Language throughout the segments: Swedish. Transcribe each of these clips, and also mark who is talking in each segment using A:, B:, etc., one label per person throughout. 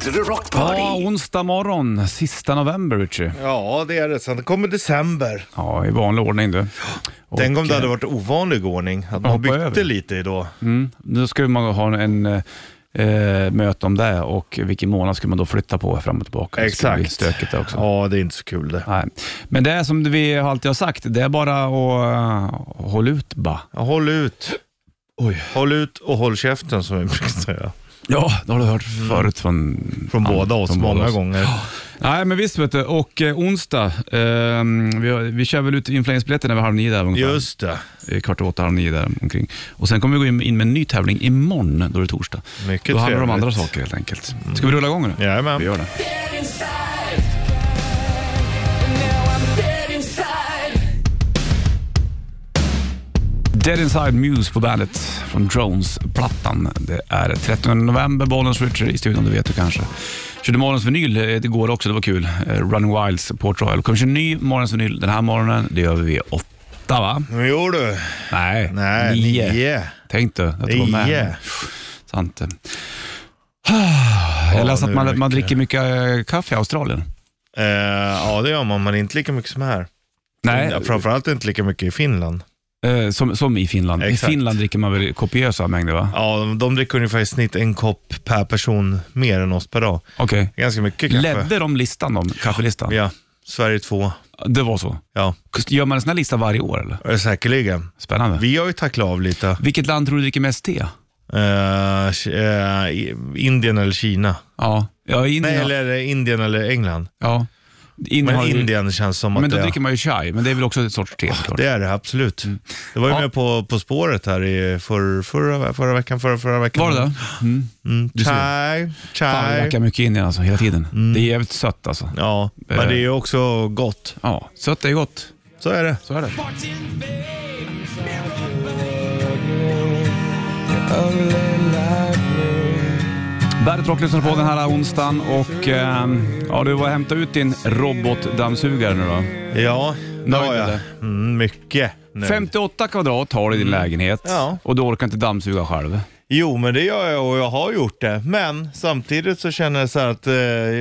A: to the rock
B: Ja,
A: party.
B: onsdag morgon, sista november Richie.
C: Ja, det är det. Sen kommer december.
B: Ja, i vanlig ordning du. Och,
C: Tänk om det hade
B: eh,
C: varit ovanlig ordning. Att man
B: hoppa
C: har byggt
B: över.
C: det lite idag.
B: Mm, nu ska man ha en eh, eh, möte om det och vilken månad ska man då flytta på fram och tillbaka. Det ska bli stökigt där också.
C: Ja, det är inte så kul det.
B: Nej. Men det är som vi alltid har sagt, det är bara att uh, hålla ut bara.
C: Ja, Håll ut.
B: Oj.
C: Håll ut och håll käften som vi brukar säga.
B: Ja, det har du hört förut från...
C: Från
B: ja,
C: båda oss många
B: oss.
C: gånger.
B: Nej, men visst vet du. Och eh, onsdag, eh, vi, har, vi kör väl ut inflygningsbiljetterna vid halv nio där ungefär.
C: Just det.
B: Eh, Kvart åt halv nio där omkring. Och sen kommer vi gå in- in med en ny tävling imorgon, då är det torsdag.
C: Mycket
B: då handlar det om andra
C: trevligt.
B: saker helt enkelt. Ska vi rulla igång nu? Mm. Vi
C: Jajamän.
B: gör det. Dead Inside Muse på bandet från Drones-plattan. Det är 30 november, Bollens Richard i studion, det vet du kanske. Körde morgons vinyl eh, det går också, det var kul. Eh, Running Wilds, Port Royal. Kommer köra ny morgons vinyl den här morgonen. Det gör vi vid åtta, va?
C: Nu gjorde du.
B: Nej,
C: Nej,
B: nio.
C: nio.
B: Tänk du att du var med.
C: Nio.
B: Sant. det. Jag läste
C: nu
B: att
C: är det
B: man, man
C: mycket.
B: dricker mycket eh, kaffe i Australien.
C: Eh, ja, det gör man, men inte lika mycket som här.
B: Nej,
C: Ja, Framförallt inte lika mycket i Finland.
B: eh, som, som i Finland. I
C: Exakt.
B: Finland dricker man väl kopiösa mängder, va?
C: Ja, de, de dricker ungefär i snitt en kopp per person mer än oss per dag.
B: Okej.
C: Ganska mycket kaffe.
B: Ledde de listan, de, kaffelistan?
C: Ja, Sverige två.
B: Det var så?
C: Ja,
B: Gör man en sån här lista varje år eller?
C: eh, säkerligen.
B: Spännande.
C: Vi har ju tacklat av lite.
B: Vilket land tror du dricker mest te?
C: Eh, Ki- eh, I- Indien eller Kina?
B: Ja, ja Indien.
C: Nej,
B: har-
C: eller Indien eller England.
B: ja. Indien
C: Men
B: har-
C: Indien känns som att
B: Men då
C: det,
B: dricker man ju chai, men det är väl också ett sorts te såklart.
C: det är det, absolut. Det var ju
B: Ja.
C: med på På spåret här i för, förra, förra veckan, förra, förra veckan.
B: Var det det? Mm.
C: Mm,
B: Du ser.
C: chai,
B: Fan, det
C: chai.
B: verkar mycket Indien alltså, hela tiden.
C: Mm.
B: Det är jävligt sött alltså.
C: Ja,
B: Eh.
C: men det är ju också gott.
B: Ja, sött är gott.
C: Så är det.
B: Så är det. Bandet Rock lyssnar på den här onsdagen och ehm, ja, du var hämta ut din robotdammsugare nu då.
C: Ja, det har jag.
B: eller?
C: Mm, mycket. nöjd.
B: 58 kvadrat har du i din lägenhet
C: Mm. Ja.
B: och du orkar inte dammsuga själv.
C: Jo, men det gör jag och jag har gjort det. Men samtidigt så känner jag så här att eh,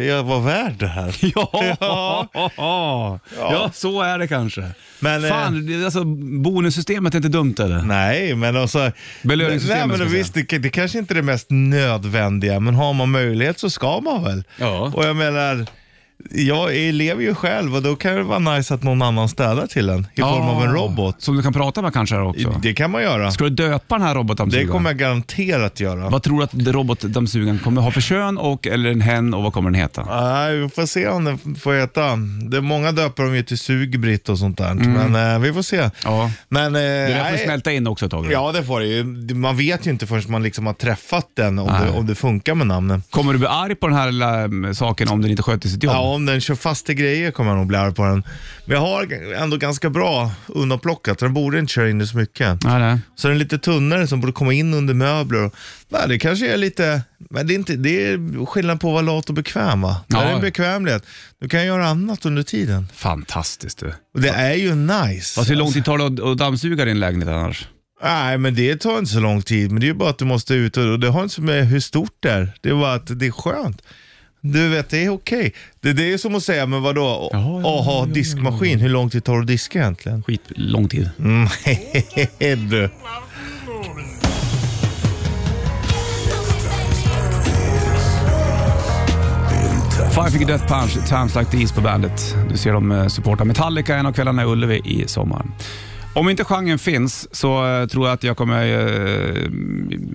C: jag var värd det här.
B: Ja.
C: Ja.
B: ja, så är det kanske.
C: Men, eh,
B: Fan, det- alltså, bonussystemet är inte dumt eller?
C: Nej, men alltså...
B: Belöningssystemet,
C: Nej,
B: ska
C: men
B: jag
C: visst, det, det kanske inte är det mest nödvändiga, men har man möjlighet så ska man väl.
B: Ja.
C: Och jag menar, jag lever ju själv och då kan det vara nice att någon annan städar till en i form av en
B: Ah,
C: robot.
B: Som du kan prata med kanske här också.
C: Det kan man göra.
B: Ska du döpa den här
C: Det
B: robotdammsugaren?
C: kommer jag garanterat göra.
B: Vad tror du att robotdammsugaren kommer ha för kön och, eller en hen och vad kommer den heta?
C: Nej, vi får se om den får heta. Det är många döper dem ju till Sugbritt och sånt där, men eh, vi får se.
B: Mm. Ja.
C: Men, eh,
B: Det där får
C: nej.
B: smälta in också ett tag.
C: Ja, det får det ju. Man vet ju inte förrän man liksom har träffat den om,
B: Nej.
C: det, om det funkar med namnen.
B: Kommer du bli arg på den här lilla mm, saken om den inte sköter sitt jobb?
C: Ja, om den kör fast i grejer kommer jag nog bli arg på den. Men jag har g- ändå ganska bra undanplockat, så den borde inte köra in i så mycket.
B: Nej, nej.
C: Så den är lite tunnare som borde komma in under möbler. och- Nej, det kanske är lite... Men det är, inte, det är skillnad på att vara lat och bekväm va?
B: Ja.
C: Där är en bekvämlighet. Du kan göra annat under tiden.
B: Fantastiskt du.
C: Och det är ju nice.
B: Fast hur lång tid tar det att- att dammsuga din lägenhet annars?
C: Nej, men det tar inte så lång tid. Men det är ju bara att du måste ut och och det har inte så med hur stort det är. Det är bara att det är skönt. Du vet, det är okej. Det, det är som att säga, men vadå?
B: Jaha,
C: Jaha,
B: ja, ja, ja,
C: diskmaskin. Hur lång tid tar det att diska egentligen?
B: Skit lång tid.
C: Mm, du.
B: Five Finger Death Punch, Times Like These på bandet. Du ser dem eh, supporta Metallica en av kvällarna i Ullevi i sommar. Om inte genren finns så eh, tror jag att jag kommer eh,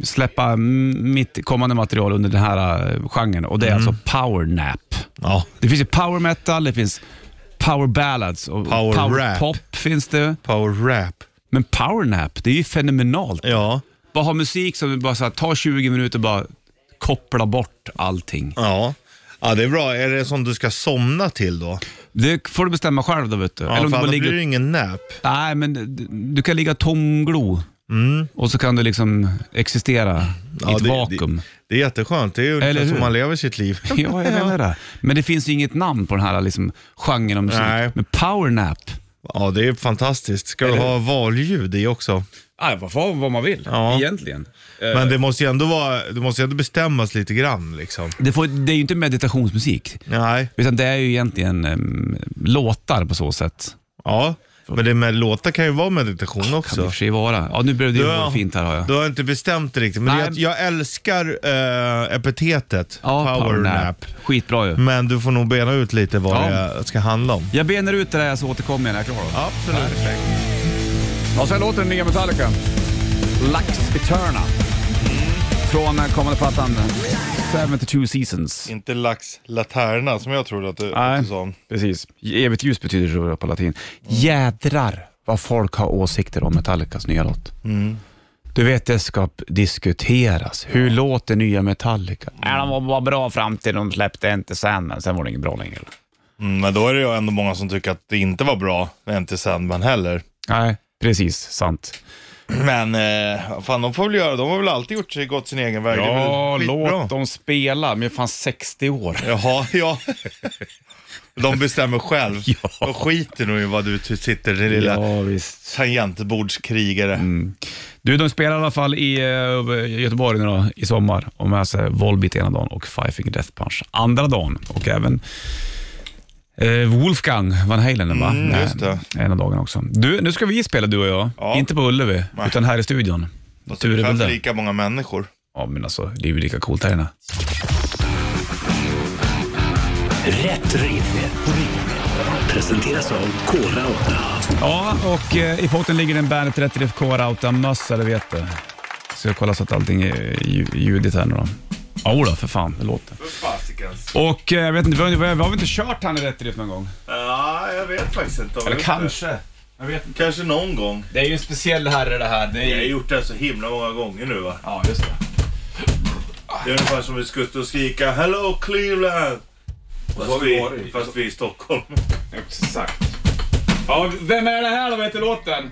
B: släppa m- mitt kommande material under den här eh, genren och det är
C: Mm.
B: alltså powernap.
C: Ja,
B: Det finns ju power metal, det finns power ballads och
C: Power rap.
B: pop finns det.
C: power rap.
B: Men powernap, det är ju fenomenalt.
C: Ja,
B: Bara ha musik som bara så här, tar 20 minuter och bara koppla bort allting.
C: ja. Ja, det är bra. Är det som du ska somna till då?
B: Det får du bestämma själv då vet du.
C: Ja,
B: Eller om du
C: för
B: bara
C: annars blir
B: ligger
C: det ingen nap.
B: Nej, men du- du kan ligga tomglo och så kan du liksom existera i
C: Mm. Ja,
B: ett
C: det,
B: vakuum.
C: Det, det är jätteskönt. Det är
B: Eller
C: ungefär
B: hur?
C: som man lever sitt liv.
B: Ja, jag menar det. Men det finns ju inget namn på den här liksom, genren av musik.
C: Nej.
B: Men powernap,
C: Ja, det är fantastiskt. Ska du ha valljud i också?
B: Ah, vad, vad, vad man vill
C: Ja.
B: egentligen. Eh,
C: Men det måste ju ändå, vara, det måste ju ändå bestämmas lite grann liksom.
B: det, får, det är ju inte meditationsmusik,
C: Nej,
B: utan det är ju egentligen em, låtar på så sätt.
C: ja. Men det med låtar kan ju vara meditation
B: Kan det i
C: också.
B: och för sig vara. Ja, nu blev det ju
C: Du har-
B: fint här har jag.
C: Du har inte bestämt det riktigt, men
B: Nej.
C: jag, jag älskar eh, epitetet
B: Ja,
C: powernap.
B: Skitbra ju.
C: Men du får nog bena ut lite vad
B: Ja.
C: det ska handla om.
B: Jag benar ut det där så återkommer jag när jag är klar. Då.
C: Absolut.
B: Ja, så här låter den nya Metallica. Lux Eterna. Från eh, kommande plattan 72 Seasons.
C: Inte lax laterna som jag trodde att du,
B: Nej, precis. Evigt ljus betyder så på latin. Jädrar vad folk har åsikter om Metallicas nya låt.
C: Mm.
B: Du vet, det ska p- diskuteras. Hur låter nya Metallica? Nej, de var bara bra fram till de släppte inte sen, men sen var det inget bra längre.
C: Mm, men då är det ju ändå många som tycker att det inte var bra, inte Sandman heller.
B: Nej, precis. Sant.
C: Men eh, fan, de får väl göra, de har väl alltid gjort sig gott sin egen väg. det är
B: Ja,
C: väl skitbra.
B: låt dem spela. Men fan 60 år.
C: Jaha, ja. De bestämmer själv.
B: Ja.
C: De skiter nog i vad du ty- sitter i lilla
B: visst.
C: tangentbordskrigare.
B: Mm. Du, de spelar i alla fall i eh, Göteborg nu då, i sommar. Och med sig Volbeat ena dagen och Five Finger Death Punch andra dagen. Och även eh, Wolfgang Van Halen, va?
C: Mm,
B: Nej,
C: just det.
B: Ena dagen också. Du, nu ska vi spela du och jag.
C: Ja.
B: Inte på Ullevi, utan här i studion.
C: Fast
B: Tur är väl
C: ungefär
B: det.
C: lika många människor.
B: Ja, men alltså, det är ju lika coolt här inne.
A: Rätt riff. Presenteras av Kora 8.
B: Ja, och eh, i potten ligger en Bandet 30 FK Rauta-mössa, det vet du. Ska kolla så att allting är lju- ljudigt här nu då. Jo då, för fan, det låter. Och eh, jag vet inte, vi har, vi har väl inte kört han i rätt drift någon gång?
C: Ja, jag vet faktiskt inte.
B: Eller kanske. Jag vet inte.
C: Kanske någon gång.
B: Det är ju en speciell herre det här. Det är ju...
C: gjort det så himla många gånger nu va.
B: Ja, just det.
C: Det är ungefär som vi skulle stå och skrika Hello Cleveland!
B: har vi varit.
C: fast vi är i Stockholm.
B: Exakt. Ja, vem är det här då? Vad heter låten?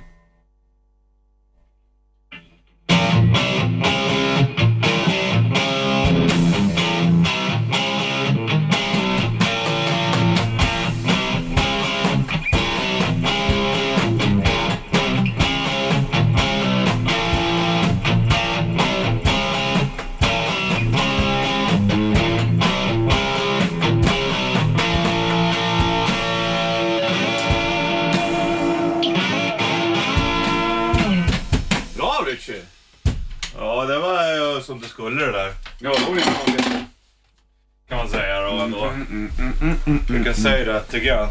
C: Bra Richie! Ja, det var eh, som det skulle det där.
B: Ja, då är det
C: Kan man säga då ändå.
B: Mm,
C: Brukar säga det tycker jag.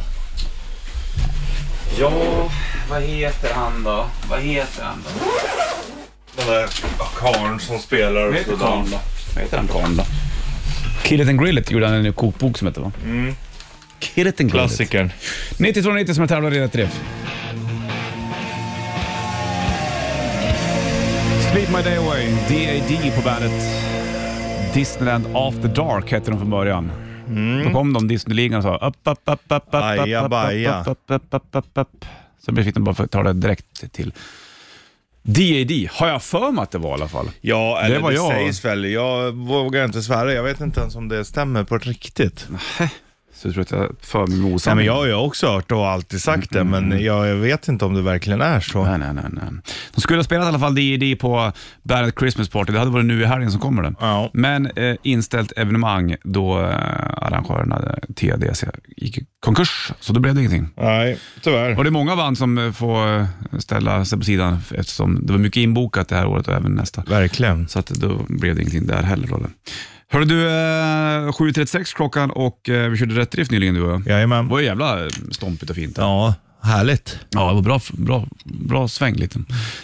B: Ja, vad heter han då? Vad heter han då?
C: Den där karln som spelar och
B: Vad heter
C: sådär.
B: karln då? Vad heter han karln då? Kill it and grill it gjorde han en kokbok som hette va? Mm. Kill it and grill it.
C: Klassikern.
B: 9290 som jag tävlar i rätt riff. Sleep My Day Away, DAD på bandet. Disneyland After Dark hette de från början.
C: Mm.
B: Då kom de, Disneyligan, och sa upp, upp, upp, upp, upp,
C: Aja,
B: upp,
C: baja.
B: upp, upp, upp, upp, upp, upp. Så fick de bara för- ta det direkt till DAD, har jag för mig att det var i alla fall.
C: Ja, eller
B: Det
C: det,
B: var jag.
C: sägs väl. Jag vågar inte svära. Jag vet inte ens om det stämmer på riktigt.
B: Så jag tror att jag för mig med
C: Nej,
B: osanning.
C: men jag har ju också hört och alltid sagt det, men jag vet inte om det verkligen är så.
B: Mm. Nej, nej, nej, nej. De skulle ha spelat i alla fall D&D på Bandet Christmas Party. Det hade varit nu i helgen som kommer det.
C: Ja.
B: Men eh, inställt evenemang då eh, arrangörerna eh, TDC gick i konkurs, så då blev det ingenting.
C: Nej, tyvärr.
B: Och det är många band som eh, får eh, ställa sig på sidan eftersom det var mycket inbokat det här året och även nästa.
C: Verkligen.
B: Så att då blev det ingenting där heller. Då. Hörde du, eh, 7.36 klockan och eh, vi körde rätt drift nyligen du och jag. Det
C: Jajamän.
B: var ju jävla eh, stompigt och fint.
C: Ja, härligt.
B: Ja, det var bra, bra, bra sväng lite.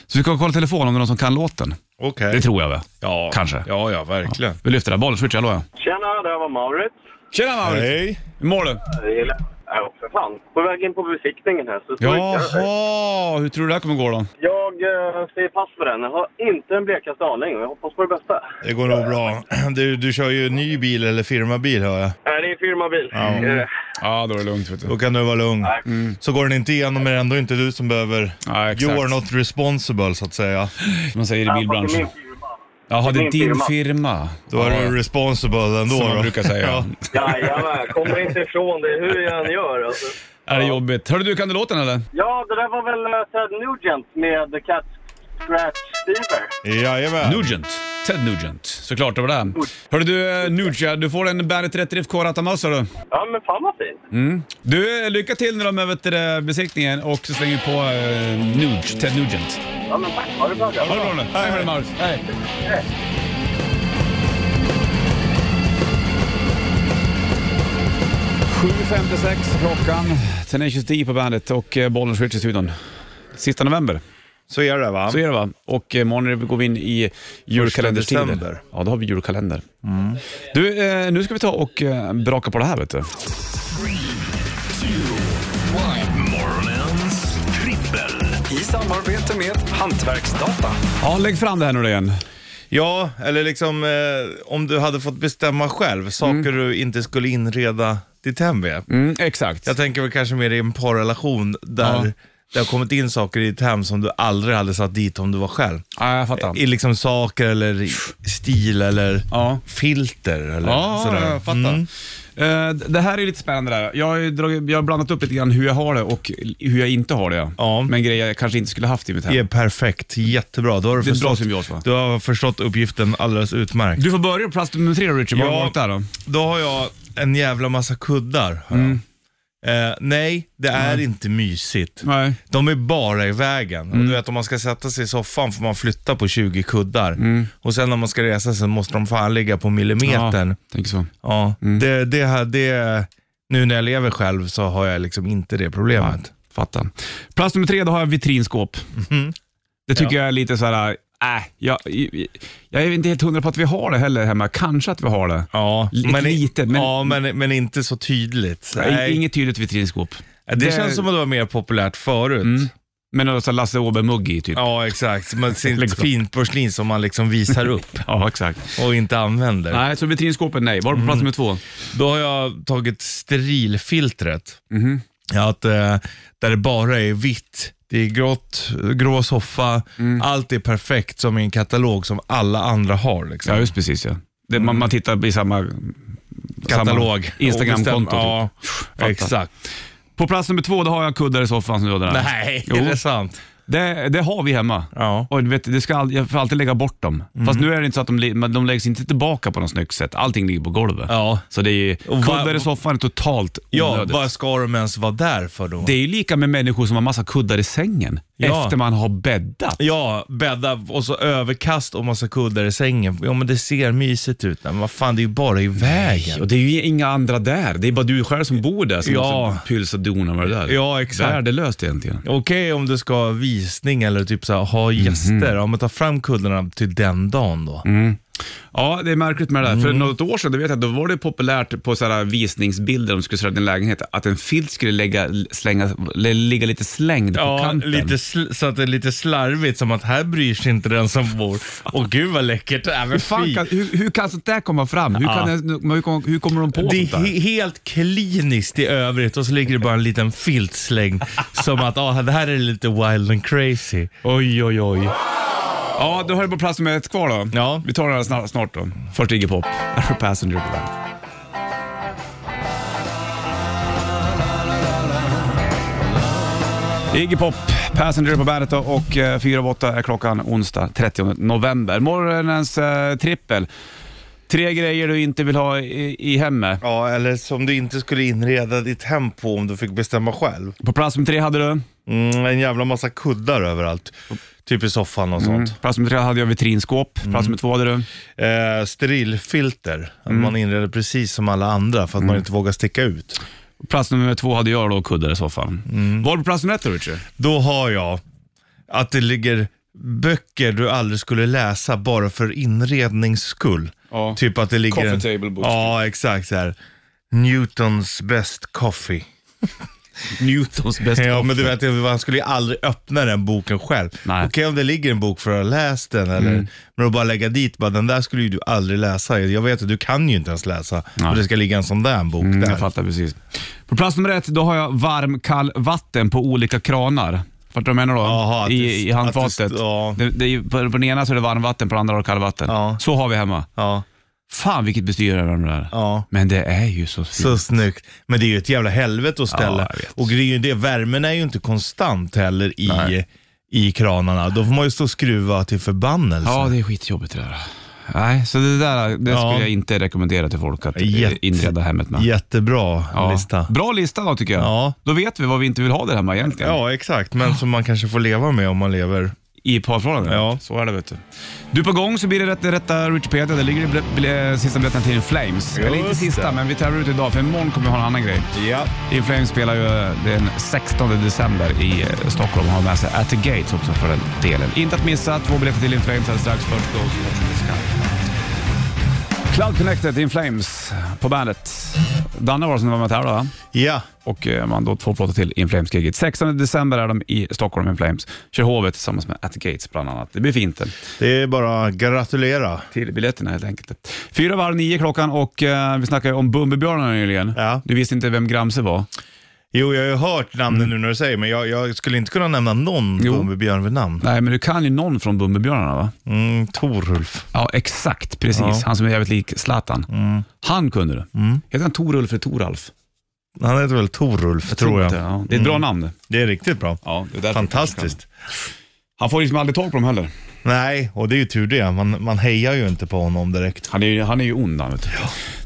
B: Så vi ska kolla telefonen om det är någon som kan låten.
C: Okej.
B: Det tror jag väl.
C: Ja.
B: Kanske.
C: Ja, ja, verkligen.
B: Vi lyfter det. Bollswitch, hallå ja.
D: Tjena, det här var Maurits.
B: Tjena Mauri!
C: Hej.
B: Hur mår du?
D: Det gillar jag. Ja, för fan. På väg in på besiktningen här. Så står jag-
B: Jaha, hur tror du det här kommer gå då?
D: Jag eh, säger pass för den. Jag har inte en blekaste aning och jag hoppas på det bästa.
C: Det går nog bra. Du, du kör ju ny bil eller firmabil hör jag.
D: Nej, Äh, det är en firmabil. Eh,
B: Ja, då är det lugnt vet du.
C: Då kan du vara lugn. Så går den inte igenom är det ändå inte du som behöver...
B: Mm. Ja, exakt.
C: You are not responsible så att säga.
B: Man säger i
D: fast det är
B: bilbranschen.
D: min firma.
B: Jaha, det är
D: min
B: din
D: firma.
B: firma.
C: Då är
B: Ja,
C: du responsible ändå.
B: Som man
C: då.
B: brukar säga.
C: Ja.
D: Jajamän, kommer inte ifrån det hur jag än gör. Alltså.
B: Är det jobbigt? Hörru du, kan du låten eller?
D: Ja, det där var väl eh, Ted Nugent med The Cat Scratch Fever.
C: Jajamän.
B: Nugent. Ted Nugent. Såklart det var det. Hörru du, eh, Nugia, du får en Bandet 30 FK Rattamössa du.
D: Ja, men fan vad fint.
B: Du, eh, lycka till när de är vet du, det, besiktningen och så slänger vi på eh, Nuge, Ted Nugent.
D: Ja, men tack. Ha det bra grabbar.
B: Ha det bra nu. Hej med dig Maurus. Hej. klockan, Tenacious D på bandet och eh, Bollen Switch i studion. Sista november,
C: Så är det va?
B: så är det va? Och eh, imorgon går vi in i julkalenderstider.
C: december. Mm.
B: Ja, då har vi julkalender. Du, eh, nu ska vi ta och eh, braka på det här vet du.
A: Morgonens trippel.
E: I samarbete med Hantverksdata.
B: Ja, lägg fram det här nu då igen.
C: Ja, eller liksom eh, om du hade fått bestämma själv saker du inte skulle inreda ditt hem med.
B: Mm, exakt.
C: Jag tänker väl kanske mer i en parrelation där
B: Ja.
C: det har kommit in saker i ditt hem som du aldrig hade satt dit om du var själv.
B: Ja, jag fattar.
C: I liksom saker eller i stil eller
B: Ja.
C: filter eller
B: Ja,
C: sådär.
B: jag fattar.
C: Mm.
B: Eh, d- det här är lite spännande där. Jag har, ju dragit, jag har blandat upp lite grann hur jag har det och hur jag inte har det.
C: Ja.
B: Men grejer jag kanske inte skulle haft i mitt hem.
C: Det är perfekt, jättebra. Då har du
B: Det är en bra
C: förstått,
B: symbios, va?
C: du har förstått uppgiften alldeles utmärkt.
B: Du får börja på plats nummer tre Richard. Vad har
C: Ja.
B: du valt där då?
C: Då har jag en jävla massa kuddar. Har
B: Mm.
C: jag. Eh, nej, det är inte mysigt.
B: Nej.
C: De är bara i vägen. Och
B: Mm.
C: du vet, om man ska sätta sig i soffan får man flytta på 20 kuddar.
B: Mm.
C: Och sen när man ska resa sig måste de fan ligga på millimetern.
B: Ja, tänk så.
C: Ja. Det, det, här, det, nu när jag lever själv så har jag liksom inte det problemet.
B: Fattar. Plats nummer tre, då har jag vitrinskåp.
C: Mhm.
B: Det tycker jag är lite så här, äh, jag, jag är inte helt hundra på att vi har det heller hemma. Kanske att vi har det.
C: Ja,
B: Li- lite, men-
C: ja men, men inte så tydligt. Nej.
B: Inget tydligt vitrinskåp.
C: det, känns som att det var mer populärt förut.
B: Men någon sån här Lasse Åberg-mugg i typ.
C: Ja, exakt. Man ser
B: Liksom.
C: ett fint porslin som man liksom visar upp
B: ja exakt.
C: och inte använder.
B: Nej, så vitrinskåpen nej. Var det på
C: Mm.
B: plats nummer två?
C: Då har jag tagit sterilfiltret. Ja, att, eh, där det bara är vitt. Det är grått, grå soffa, allt är perfekt som i en katalog som alla andra har. Liksom.
B: Ja, just precis ja. Det, man, man tittar i samma...
C: katalog.
B: samma Instagramkonto.
C: Och
B: Typ.
C: bestäm- Ja,
B: Fattar.
C: exakt.
B: På plats nummer två, då har jag kuddar i soffan som du hade där.
C: Nej,
B: Jo.
C: är det sant?
B: Det, det har vi hemma.
C: Ja. Mm.
B: Och du vet, det ska all, jag får alltid lägga bort dem. Fast nu är det inte så att de, li- men de läggs inte tillbaka på något snyggt sätt. Allting ligger på golvet.
C: Ja.
B: Så det är ju,
C: Och va-
B: kuddar i soffan är totalt
C: Ja,
B: onödigt.
C: vad ska de ens vara där för då?
B: det är ju lika med människor som har massa kuddar i sängen
C: Ja.
B: efter man har bäddat.
C: Ja, bädda och så överkast och massa kuddar i sängen. Ja, men det ser mysigt ut. Men vad fan, det är ju bara i vägen.
B: Och det är ju inga andra där. Det är bara du själv som bor där som
C: Ja.
B: måste pylsa och dona med det där.
C: Ja, exakt.
B: Värdelöst egentligen.
C: Okej om du ska ha visning eller typ så här,
B: Mhm.
C: ha gäster. Ja, men ta fram kuddarna till den dagen då.
B: Mm, Ja, det är märkligt med det där. För
C: Mm.
B: något år sedan, det vet jag, då var det populärt på så här visningsbilder, om du skulle sätta din lägenhet, att en filt skulle lägga, slänga, eller ligga lite slängd på
C: Ja,
B: kanten.
C: lite sl- så att det är lite slarvigt, som att här bryr sig inte den som bor. Och gud vad läckert. Äh, men
B: Hur, fan
C: fy.
B: kan, hur, hur kan sånt där komma fram? Hur, kan,
C: Ja.
B: det- hur, kom- hur kommer de på
C: Det
B: sånt
C: är
B: där?
C: he- helt kliniskt i övrigt och så ligger det bara en liten filt slängd. som att ah, det här är lite wild and crazy.
B: Oj, oj, oj. Ja, då har du på plats nummer ett kvar då.
C: Ja.
B: Vi tar den här snart, snart då. Först Iggy Pop, här har du Passenger på bandet. Iggy Pop, Passenger på bandet då, och eh, fyra av åtta är klockan onsdag 30 november. Morgonens eh, trippel. Tre grejer du inte vill ha i, i hemmet.
C: Ja, eller som du inte skulle inreda ditt hem på om du fick bestämma själv.
B: På plats nummer tre hade du?
C: Mm, en jävla massa kuddar överallt. Typ i soffan och sånt.
B: Plats nummer tre hade jag vitrinskåp. Plats nummer två hade du? Mm.
C: Eh, sterilfilter. Att man inreder precis som alla andra för att
B: Mm.
C: man inte vågar sticka ut.
B: Plats nummer två hade jag då, kuddar i soffan. Var på plats nummer ett då, Richard?
C: Då har jag att det ligger böcker du aldrig skulle läsa bara för inrednings skull.
B: Ja.
C: Typ att det ligger... en-
B: Coffee table books. typ.
C: Ja, exakt. Så här. Newtons best coffee.
B: Newtons bästa
C: Ja, men du vet, man skulle ju aldrig öppna den boken själv.
B: Nej. Mm.
C: Okej om det ligger en bok för att ha läst den, eller, men att bara lägga dit, bara, den där skulle ju du aldrig läsa. Jag vet att du kan ju inte ens läsa, och det ska ligga en sån där bok
B: Mm,
C: där.
B: jag fattar precis. På plats nummer ett, då har jag varm, kall vatten på olika kranar. Fattar du vad jag menar då?
C: Jaha, att det-
B: I, I handfatet.
C: att det- ja.
B: det, det, är ju- på, på den ena så är det varmvatten, på den andra har du kallvatten.
C: Ja.
B: Så har vi hemma.
C: Ja.
B: Fan vilket bestyr de där.
C: Ja.
B: Men det är ju så fint.
C: Så snyggt. Men det är ju ett jävla helvete att ställa.
B: jag vet.
C: och grejen är det, värmen är ju inte konstant heller i, i kranarna. Då får man ju stå och skruva till förbannelse.
B: Ja, det är skitjobbigt det där. Nej, så det där det
C: Ja.
B: skulle jag inte rekommendera till folk att eh,
C: Jätte-
B: inreda hemmet med.
C: Jättebra
B: Ja.
C: lista.
B: Bra lista då tycker jag.
C: Ja.
B: Då vet vi vad vi inte vill ha där hemma egentligen.
C: Ja, exakt. Men som man kanske får leva med om man lever.
B: I parförhållanden.
C: Ja.
B: så är det vet du. Du på gång så blir det rätt, rätta Wikipedia. Det ligger i ble, ble, sista biljetten till In Flames. Eller inte
C: Just
B: sista,
C: det.
B: men vi tävlar ut idag för imorgon kommer vi ha en annan grej.
C: Ja.
B: In Flames spelar ju eh, den 16 december i eh, Stockholm och har med sig At the Gates också för den delen. Inte att missa, två biljetter till In Flames alldeles strax. Först Ghost Watch the Sky. Cloud Connected, In Flames på bandet. Danne var det som var med och tävlade va?
C: Ja.
B: och eh, man då två plåtar till In Flames-giget. 16 december är de i Stockholm In Flames. Kör hovet tillsammans med At the Gates bland annat. Det blir fint. det.
C: Det är bara att gratulera.
B: Till biljetterna helt enkelt. Fyra varv nio klockan och eh, vi snackade ju om Bumbibjörnarna nyligen.
C: Ja.
B: Du visste inte vem Gramse var.
C: Jo, jag har ju hört namnen nu när du säger, men jag, jag skulle inte kunna nämna någon
B: Mm. Jo.
C: Bumbibjörn vid namn.
B: Nej, men du kan ju någon från Bumbibjörnarna va?
C: Mm, Torulf.
B: Ja, exakt. Precis.
C: Ja.
B: Han som är jävligt lik Zlatan. Han kunde du. Mm. Heter han Torulf eller Toralf?
C: Han heter väl Torulf, tror jag.
B: Det, ja. det är ett bra namn.
C: Det är riktigt bra.
B: Ja, det är därför-
C: Fantastiskt.
B: Han får liksom aldrig tag på dem heller.
C: Nej, och det är ju tur det. Man, man hejar ju inte på honom direkt.
B: Han är, ju- han är ju ond han vet du.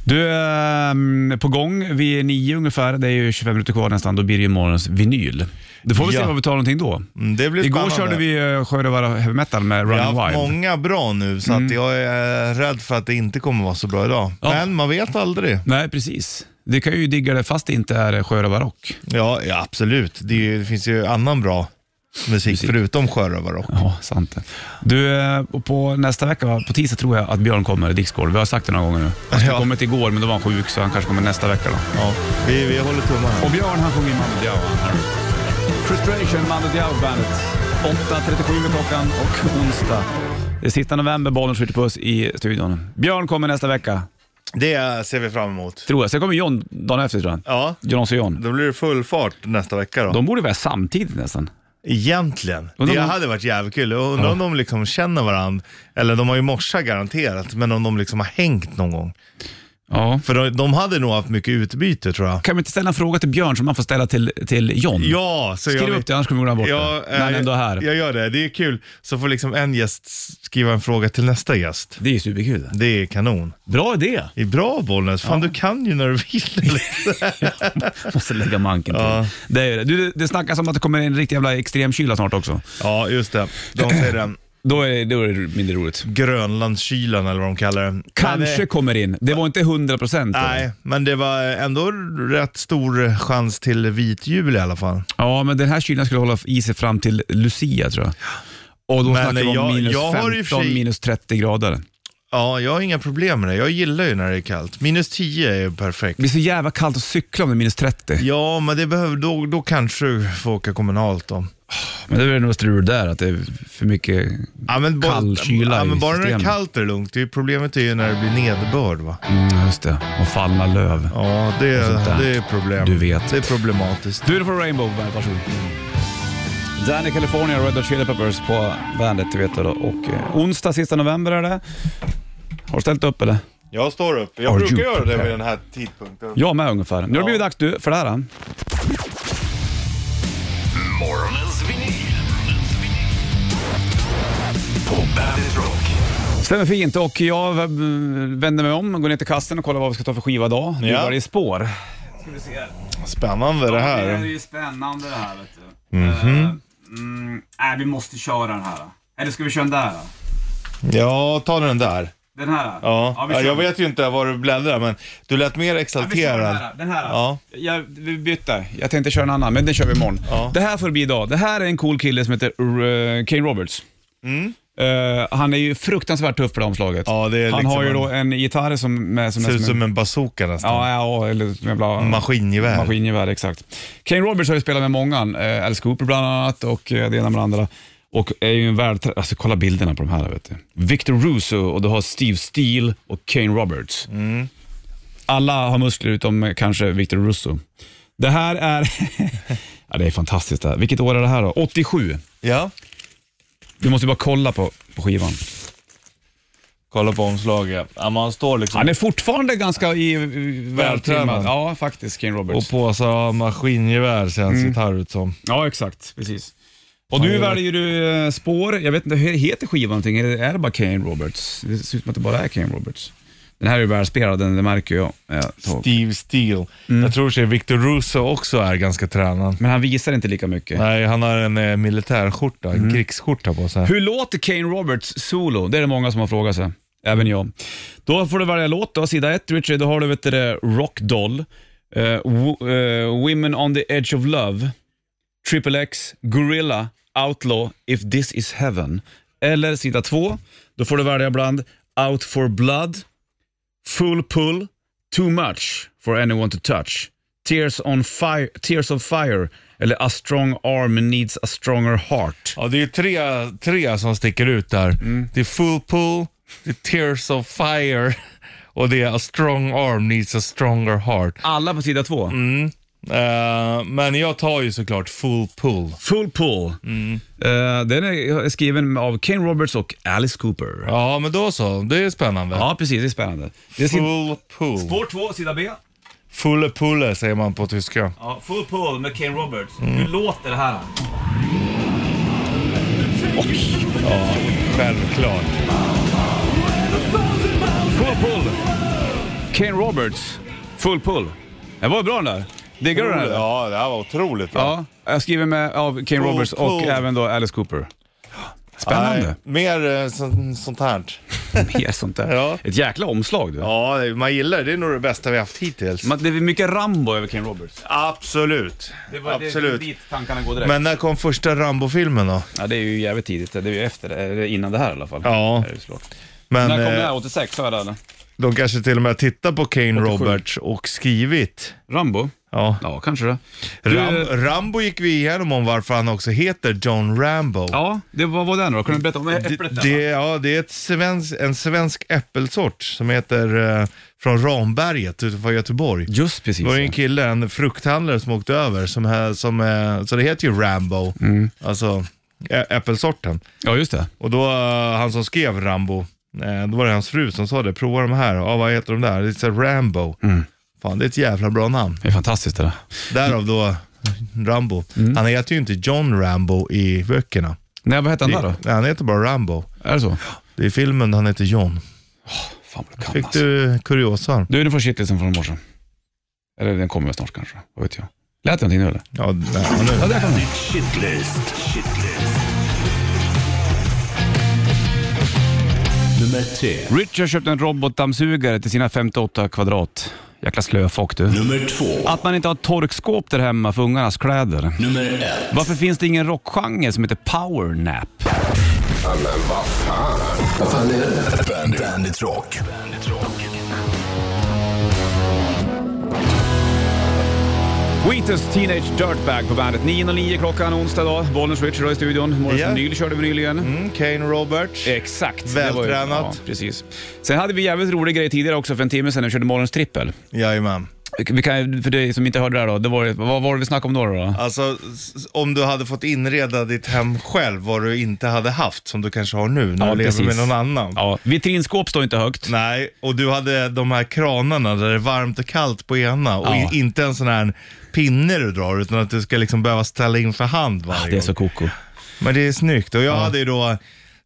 B: Du, ehm, på gång vid nio ungefär, det är ju 25 minuter kvar nästan, då blir det ju morgons vinyl. Då får vi se
C: Ja.
B: vad vi tar någonting då.
C: Mm, Det blir
B: Igår
C: spännande.
B: körde vi eh, Sjörövare Heavy Metal med
C: Jag har
B: Running
C: haft
B: Wild. Mm.
C: många bra nu, så att jag är rädd för att det inte kommer vara så bra idag.
B: Ja.
C: Men man vet aldrig.
B: Nej, precis. Det kan ju digga det fast det inte är eh, Sjörövarrock.
C: Ja, ja absolut. Det, är ju, det finns ju annan bra musik, förutom sjörövarrock.
B: Ja, sant det. Du, eh, och på nästa vecka, va? på tisdag tror jag att Björn kommer i Dixgård. Vi har sagt det några gånger nu. Han skulle
C: Ja.
B: kommit igår, men då var han sjuk, så han kanske kommer nästa vecka då.
C: Ja. Vi, vi håller tummarna.
B: Och Björn han sjunger Mando Diao. här. Frustration, Mando Diao bandet. 8.37 är klockan och onsdag. Det är sista november, bollen skjuter puss i studion. Björn kommer nästa vecka,
C: Det ser vi fram emot.
B: tror jag. Sen kommer John dagen efter tror jag.
C: Ja,
B: Jonas och John.
C: då blir det full fart nästa vecka då.
B: De borde vara samtidigt nästan.
C: Egentligen.
B: Undrar
C: det
B: om-
C: hade varit jävligt kul. Jag Undrar om de liksom känner varandra. Eller de har ju morsat garanterat, men om de liksom har hängt någon gång.
B: Ja.
C: För de, de hade nog haft mycket utbyte tror jag.
B: Kan vi inte ställa en fråga till Björn som man får ställa till, till John?
C: Ja, så
B: Skriv
C: jag,
B: upp det, annars kommer vi glömma bort
C: Ja,
B: det.
C: eh,
B: När han ändå är här.
C: Jag gör det. Det är kul. Så får liksom en gäst s- skriva en fråga till nästa gäst.
B: Det är ju superkul.
C: Det är kanon.
B: Bra idé!
C: Det är bra Bollnäs. Fan, du kan ju när du vill.
B: Måste lägga manken till.
C: Ja.
B: Det, är ju det. Du, det snackas om att det kommer en riktig jävla extremkyla snart också.
C: ja, just det. De säger den
B: Då är, det- då är det mindre roligt.
C: Grönlandskylan eller vad de kallar den.
B: Kanske
C: Men, eh,
B: kommer in. Det var inte 100 procent.
C: Nej, men det var ändå rätt stor chans till vit jul i alla fall.
B: Ja, men den här kylan skulle hålla i sig fram till Lucia tror jag. Och då
C: Men eh,
B: snackar vi om
C: jag-
B: minus
C: jag har i och för
B: 15,
C: sig-
B: minus 30 grader.
C: Ja, jag har inga problem med det. Jag gillar ju när det är kallt. Minus 10 är ju perfekt.
B: Det blir så jävla kallt att cykla om det är minus 30.
C: Ja, men det behöver, då, då kanske du får åka kommunalt då.
B: Men det är nog strul där, att det är för mycket...
C: Ja, men bara,
B: Kall kyla
C: ja,
B: i
C: men bara när det är
B: systemet.
C: kallt är det lugnt. Det är problemet är ju när det blir nederbörd va?
B: Mm, just det. Och fallna löv.
C: Ja, det,
B: sånt där.
C: det är problem.
B: Du vet.
C: Det är problematiskt.
B: Du är från Rainbow Band, varsågod. Danny California, Red Hot Chili Peppers på bandet, du vet du då. Och eh, onsdag, sista november är det. Har du ställt upp eller?
C: Jag står upp. Jag
B: Are
C: brukar
B: you
C: göra det vid
B: prepared?
C: den här tidpunkten.
B: Jag med ungefär. Nu har det blivit dags du, för det här. eh. då.
E: Morgonens vinyl.
A: På Bandit Rock.
B: Stämmer fint och jag eh, vänder mig om, går ner till kassen och kollar vad vi ska ta för skiva idag. Nu
C: Ja.
B: var det i spår.
C: Spännande det här. Mhm.
B: ju spännande det här vet du. Eh, mm, nej, vi måste köra den här. Eller ska vi köra den där?
C: Ja, ta den där.
B: Den här?
C: Ja. Ja, jag vet ju inte var du bläddrar, men du lät mer exalterad.
B: Den här.
C: Ja.
B: Jag, vi bytte. Jag tänkte köra en annan, men den kör vi imorgon.
C: Ja.
B: Det här får det bli idag. Det här är en cool kille som heter eh, Kane Roberts. Eh, han är ju fruktansvärt tuff på det här omslaget.
C: Mm. Ja, det är
B: han
C: liksom
B: har ju
C: en-
B: då en gitarr som, med, som
C: Ser
B: är
C: ut
B: som en...
C: som en bazooka nästan.
B: Ja, ja, eller som jävla...
C: Maskingevär.
B: Maskingevär, exakt. Kane Roberts har ju spelat med många, eh, Alice Cooper bland annat och eh, det ena med det andra. Och är ju en värld... Alltså kolla bilderna på de här, vet du. Victor Russo och du har Steve Steele och Kane Roberts.
C: Mm.
B: Alla har muskler utom eh, kanske Victor Russo. Det här är... ja, det är fantastiskt det här. Vilket år är det här då? 87.
C: ja.
B: Du måste bara kolla på, på skivan.
C: Kolla på omslaget. Ja, man står liksom
B: Han är fortfarande ganska i, i, vältrimmad.
C: Vältränad.
B: Ja, faktiskt, King Roberts.
C: och på sig av maskingevär känns
B: Mm.
C: gitarr ut som.
B: Ja, exakt. Precis. Och nu
C: Ja, jag
B: väljer du eh, spår. Jag vet inte, he- heter skivan någonting? Eller är det bara Kane Roberts? Det ser ut som att det bara är Kane Roberts. Den här är ju välspelad, den- det märker jag. Ja, tog.
C: Steve Steele. Jag tror sig Victor Russo också är ganska tränad.
B: Men han visar inte lika mycket.
C: Nej, han har en eh, militärskjorta, en krigsskjorta på sig.
B: Hur låter Kane Roberts solo? Det är det många som har frågat sig. Även jag. Då får du välja låt då. Sida 1, Richard, då har du vet du, det, Rock Doll, eh, Wo- eh, Women on the Edge of Love, Triple X, Gorilla, Outlaw, If This Is Heaven. Eller sida 2, då får du välja bland Out for Blood, Full Pull, Too Much for Anyone to Touch, Tears, on fire, Tears of Fire eller A Strong Arm Needs a Stronger Heart.
C: Ja, det är ju tre, tre som sticker ut där. Det är Full Pull, det är Tears of Fire och det är A Strong Arm Needs a Stronger Heart.
B: Alla på sida 2?
C: Eh, men jag tar ju såklart Full Pull.
B: Full Pull. Eh, den är skriven av Ken Roberts och Alice Cooper. Ja,
C: Ja, men då så. Det är spännande.
B: precis. Det är spännande. Det är sid-
C: Full Pull.
B: Spår 2, sida B.
C: Full Pulle säger man på tyska.
B: Ja, full Pull med Ken Roberts. Hur låter det här?
C: Självklart.
B: Full Pull. Ken Roberts, Full Pull. Det var bra den där. Diggar du den? eller?
C: Ja, det här var otroligt bra.
B: Ja, jag skriver med av Ken
C: Full
B: Roberts och
C: Pull.
B: även då Alice Cooper. Spännande.
C: Nej, mer eh, sånt, sånt här.
B: Mer sånt där.
C: Ja.
B: Ett jäkla omslag du.
C: Ja, man gillar det. Det är nog det bästa vi haft hittills.
B: Man- Det är mycket Rambo över Ken Roberts.
C: Absolut. Absolut.
B: dit tankarna går direkt.
C: Men när kom första Rambo-filmen då?
B: Ja, det är ju jävligt tidigt. Det är ju efter, eller innan det här i alla fall.
C: Ja.
B: Det är ju såklart.
C: Men
B: När kom det
C: eh,
B: här? 86? Sa jag det eller?
C: de kanske till och med tittar på
B: 87.
C: Kane Roberts och skrivit.
B: Rambo?
C: Ja.
B: Ja, kanske det. Du,
C: Ram, Rambo gick vi igenom om varför han också heter John Rambo.
B: Ja, det, vad var den då? Kan du berätta om äpplet
C: Det,
B: där?
C: det, ja, det är ett svensk, en svensk äppelsort som heter eh, från Ramberget utanför Göteborg.
B: Just precis.
C: Det var ju en kille, en frukthandlare som åkte över, som, här- som, eh, så det heter ju Rambo, alltså ä- äppelsorten.
B: Ja, just det.
C: Och då, eh, han som skrev Rambo, eh, då var det hans fru som sa det, prova de här, ja vad heter de där? Det är så här Rambo. Fan det är ett jävla bra namn.
B: Det är fantastiskt det där.
C: Därav då Rambo. Han heter ju inte John Rambo i böckerna.
B: Nej, vad hette han där då?
C: Nej, Han heter bara Rambo.
B: Är det så?
C: Det är i filmen han heter John.
B: Fan vad du kan
C: Fick
B: alltså.
C: du kuriosan?
B: Du, nu får shitlisten från i morse. Eller den kommer väl snart kanske. Vad vet jag. Lät det någonting nu eller?
C: Ja, nej, nu.
B: Ja, där kom den.
E: Shitlist. Shitlist.
A: Nummer tre.
B: Richard köpte en robotdammsugare till sina 58 kvadrat. Jäkla slöfock du.
A: Nummer två.
B: Att man inte har torkskåp där hemma för ungarnas kläder.
A: Nummer ett.
B: Varför finns det ingen rockgenre som heter powernap?
A: Bandit, Bandit Rock. Bandit Rock.
B: Wheatons Teenage Dirtbag på bandet. 9.09 klockan onsdag dag. Bollnäs Richard i studion. Morris
C: Ja.
B: Nyl körde vi nyligen.
C: Mm, Kane Roberts.
B: Eh. Exakt.
C: Vältränat.
B: Det var ju- Ja, precis. Sen hade vi jävligt rolig grej tidigare också för en timme sedan när vi körde morgons trippel.
C: Jajamän.
B: Vi kan, för dig som inte hörde det här då, det var, ju- vad var det vi snackade om då? då?
C: Alltså, s- om du hade fått inreda ditt hem själv, vad du inte hade haft, som du kanske har nu, när
B: Ja,
C: du lever
B: precis.
C: med någon annan.
B: Ja, vitrinskåp står inte högt.
C: Nej, och du hade de här kranarna där det är varmt och kallt på ena och
B: Ja.
C: i- inte en sån här pinne du drar, utan att du ska liksom behöva ställa in för hand varje
B: Ah, Det är
C: gång.
B: så koko.
C: Men det är snyggt. Och jag hade ju då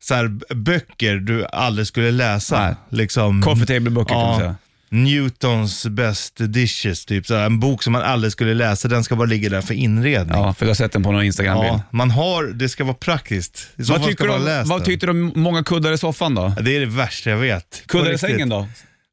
C: så här, b- böcker du aldrig skulle läsa.
B: Nej.
C: Liksom,
B: Coffee table-böcker kan man säga.
C: Newtons best dishes, typ. Så här, en bok som man aldrig skulle läsa, den ska bara ligga där för inredning.
B: Ja, för jag har sett den på någon Instagram-bild.
C: Ja, man har, det ska vara praktiskt. I så
B: Vad,
C: fall
B: tycker
C: ska
B: du
C: man
B: om,
C: läsa
B: vad
C: den.
B: tyckte du om många kuddar i soffan då?
C: Ja, Det är det värsta jag vet. På
B: Kuddar i
C: riktigt.
B: sängen då?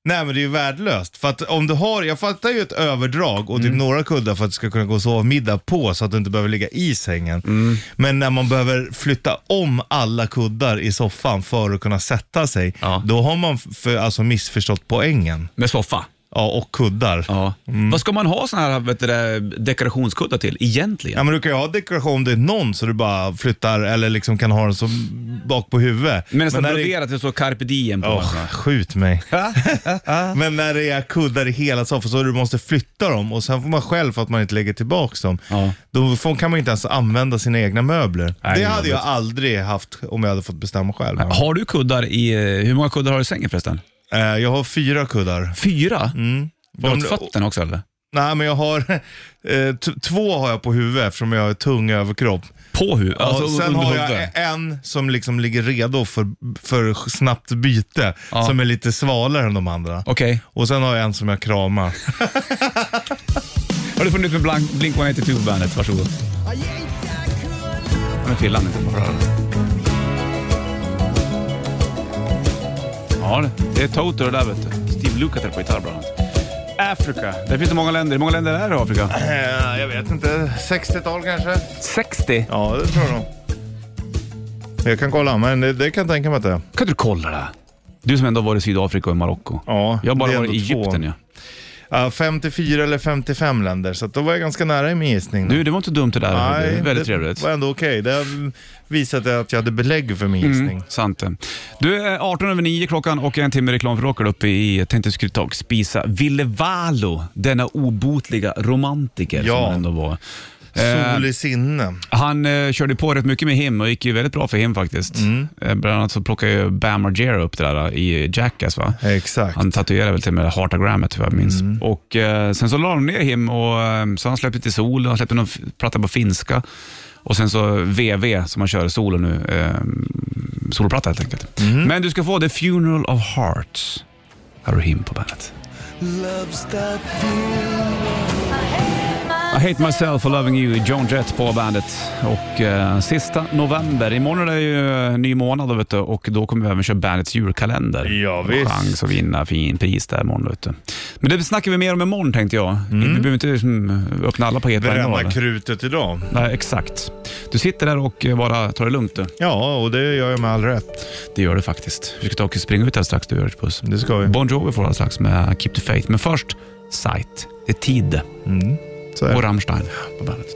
C: Nej men det är ju värdelöst. För att om du har, jag fattar ju ett överdrag och typ
B: Mm.
C: några kuddar för att du ska kunna gå och sova middag på så att du inte behöver ligga i sängen.
B: Mm.
C: Men när man behöver flytta om alla kuddar i soffan för att kunna sätta sig,
B: Ja.
C: då har man f- för, alltså missförstått poängen.
B: Med soffa?
C: Ja, och kuddar. Ja.
B: Ja. Vad ska man ha sådana här vet du, det, dekorationskuddar till egentligen?
C: men du kan ju ha dekoration om det är någon så du bara flyttar eller liksom kan ha den som bak på huvudet.
B: Men så
C: när det-
B: broderat, det står carpe diem på.
C: Åh, skjut mig. Men när det är kuddar i hela soffan så du måste flytta dem och sen får man själv för att man inte lägger tillbaka dem.
B: Ja.
C: Då får, kan man inte ens använda sina egna möbler.
B: Nej,
C: det hade
B: jobbigt.
C: jag aldrig haft om jag hade fått bestämma själv.
B: Har du kuddar i... eh, Hur många kuddar har du i sängen förresten?
C: Eh, Jag har fyra kuddar.
B: Fyra?
C: Mm.
B: Var åt
C: De-
B: fötterna också eller?
C: Nej, men jag har... eh, t- Två har jag på huvudet eftersom jag har tung överkropp.
B: På huvudet?
C: Ja,
B: Alltså
C: sen
B: under
C: har
B: huvudet.
C: jag en som liksom ligger redo för, för snabbt byte,
B: Ja.
C: som är lite svalare än de andra.
B: Okej.
C: Och sen har jag en som jag kramar.
B: Har du funnit med Blank- Blink-182-bandet? Varsågod. Men fillan inte bara. Ja, det är Toto det där vet du. Steve Lukather på gitarr bland annat. Afrika. Där finns det många länder. Hur många länder är det i Afrika?
C: Eh, jag vet inte, 60-tal kanske?
B: 60.
C: Ja, det tror jag nog. Jag kan kolla, men det, det kan jag tänka mig att det är.
B: Kan du kolla det? här? Du som ändå har varit i Sydafrika och i Marocko.
C: Ja,
B: Jag har bara
C: det är
B: varit i
C: ändå två.
B: Egypten ja.
C: Ja, 54 eller 55 länder, så att då var jag ganska nära i min gissning.
B: Du, det var inte dumt det där. det är väldigt
C: det
B: trevligt.
C: var ändå okej. Det visade att jag hade belägg för min
B: Mm.
C: gissning.
B: Sant det. Du, är 18 över 9 klockan och en timme reklam för åker uppe i, jag tänkte jag skulle ta och spisa Villevalo, denna obotliga romantiker som
C: Ja.
B: han ändå var. Eh,
C: Sol i sinne.
B: Han eh, körde på rätt mycket med Him och gick ju väldigt bra för Him faktiskt. Eh, bland annat så plockade ju Bam Margera upp det där eh, i Jackass va?
C: Exakt. Mm.
B: Han tatuerade väl till och med Heartagrammet vad jag minns. Och, eh, sen så la de ner Him och eh, så han släppte till solo, han släppte någon, f- platta på finska. Och sen så VV som han kör solo nu, eh, soloplatta helt enkelt.
C: Mm.
B: Men du ska få The Funeral of Hearts. Här har du Him på bandet. I hate myself for loving you, John Jett på bandet. Och eh, sista november, imorgon är det ju eh, ny månad då, vet du, och då kommer vi även köra bandets julkalender.
C: Ja, visst.
B: Chans att vinna fin pris där imorgon. Vet du. Men det snackar vi mer om imorgon tänkte jag. Vi behöver inte liksom, öppna alla paket varje dag.
C: Mm. Bränna
B: eller?
C: krutet idag.
B: Nej, exakt. Du sitter där och eh, bara tar det lugnt du.
C: Ja, och det gör jag med all rätt.
B: Det gör du faktiskt. Vi ska ta och springa ut här strax du, Örts Puss.
C: Det ska vi.
B: Bon Jovi får alldeles strax med Keep the Faith. Men först, Sight. Det är tid.
C: Mm. Så är
B: Och
C: det.
B: Rammstein Alltså. på bandet.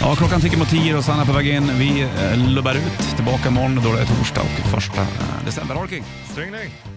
B: Ja, klockan tickar mot tio och Sanna på väg in. Vi eh, lubbar ut. Tillbaka imorgon då det är torsdag och första eh, december. Ha det kul.
C: Sträng dig.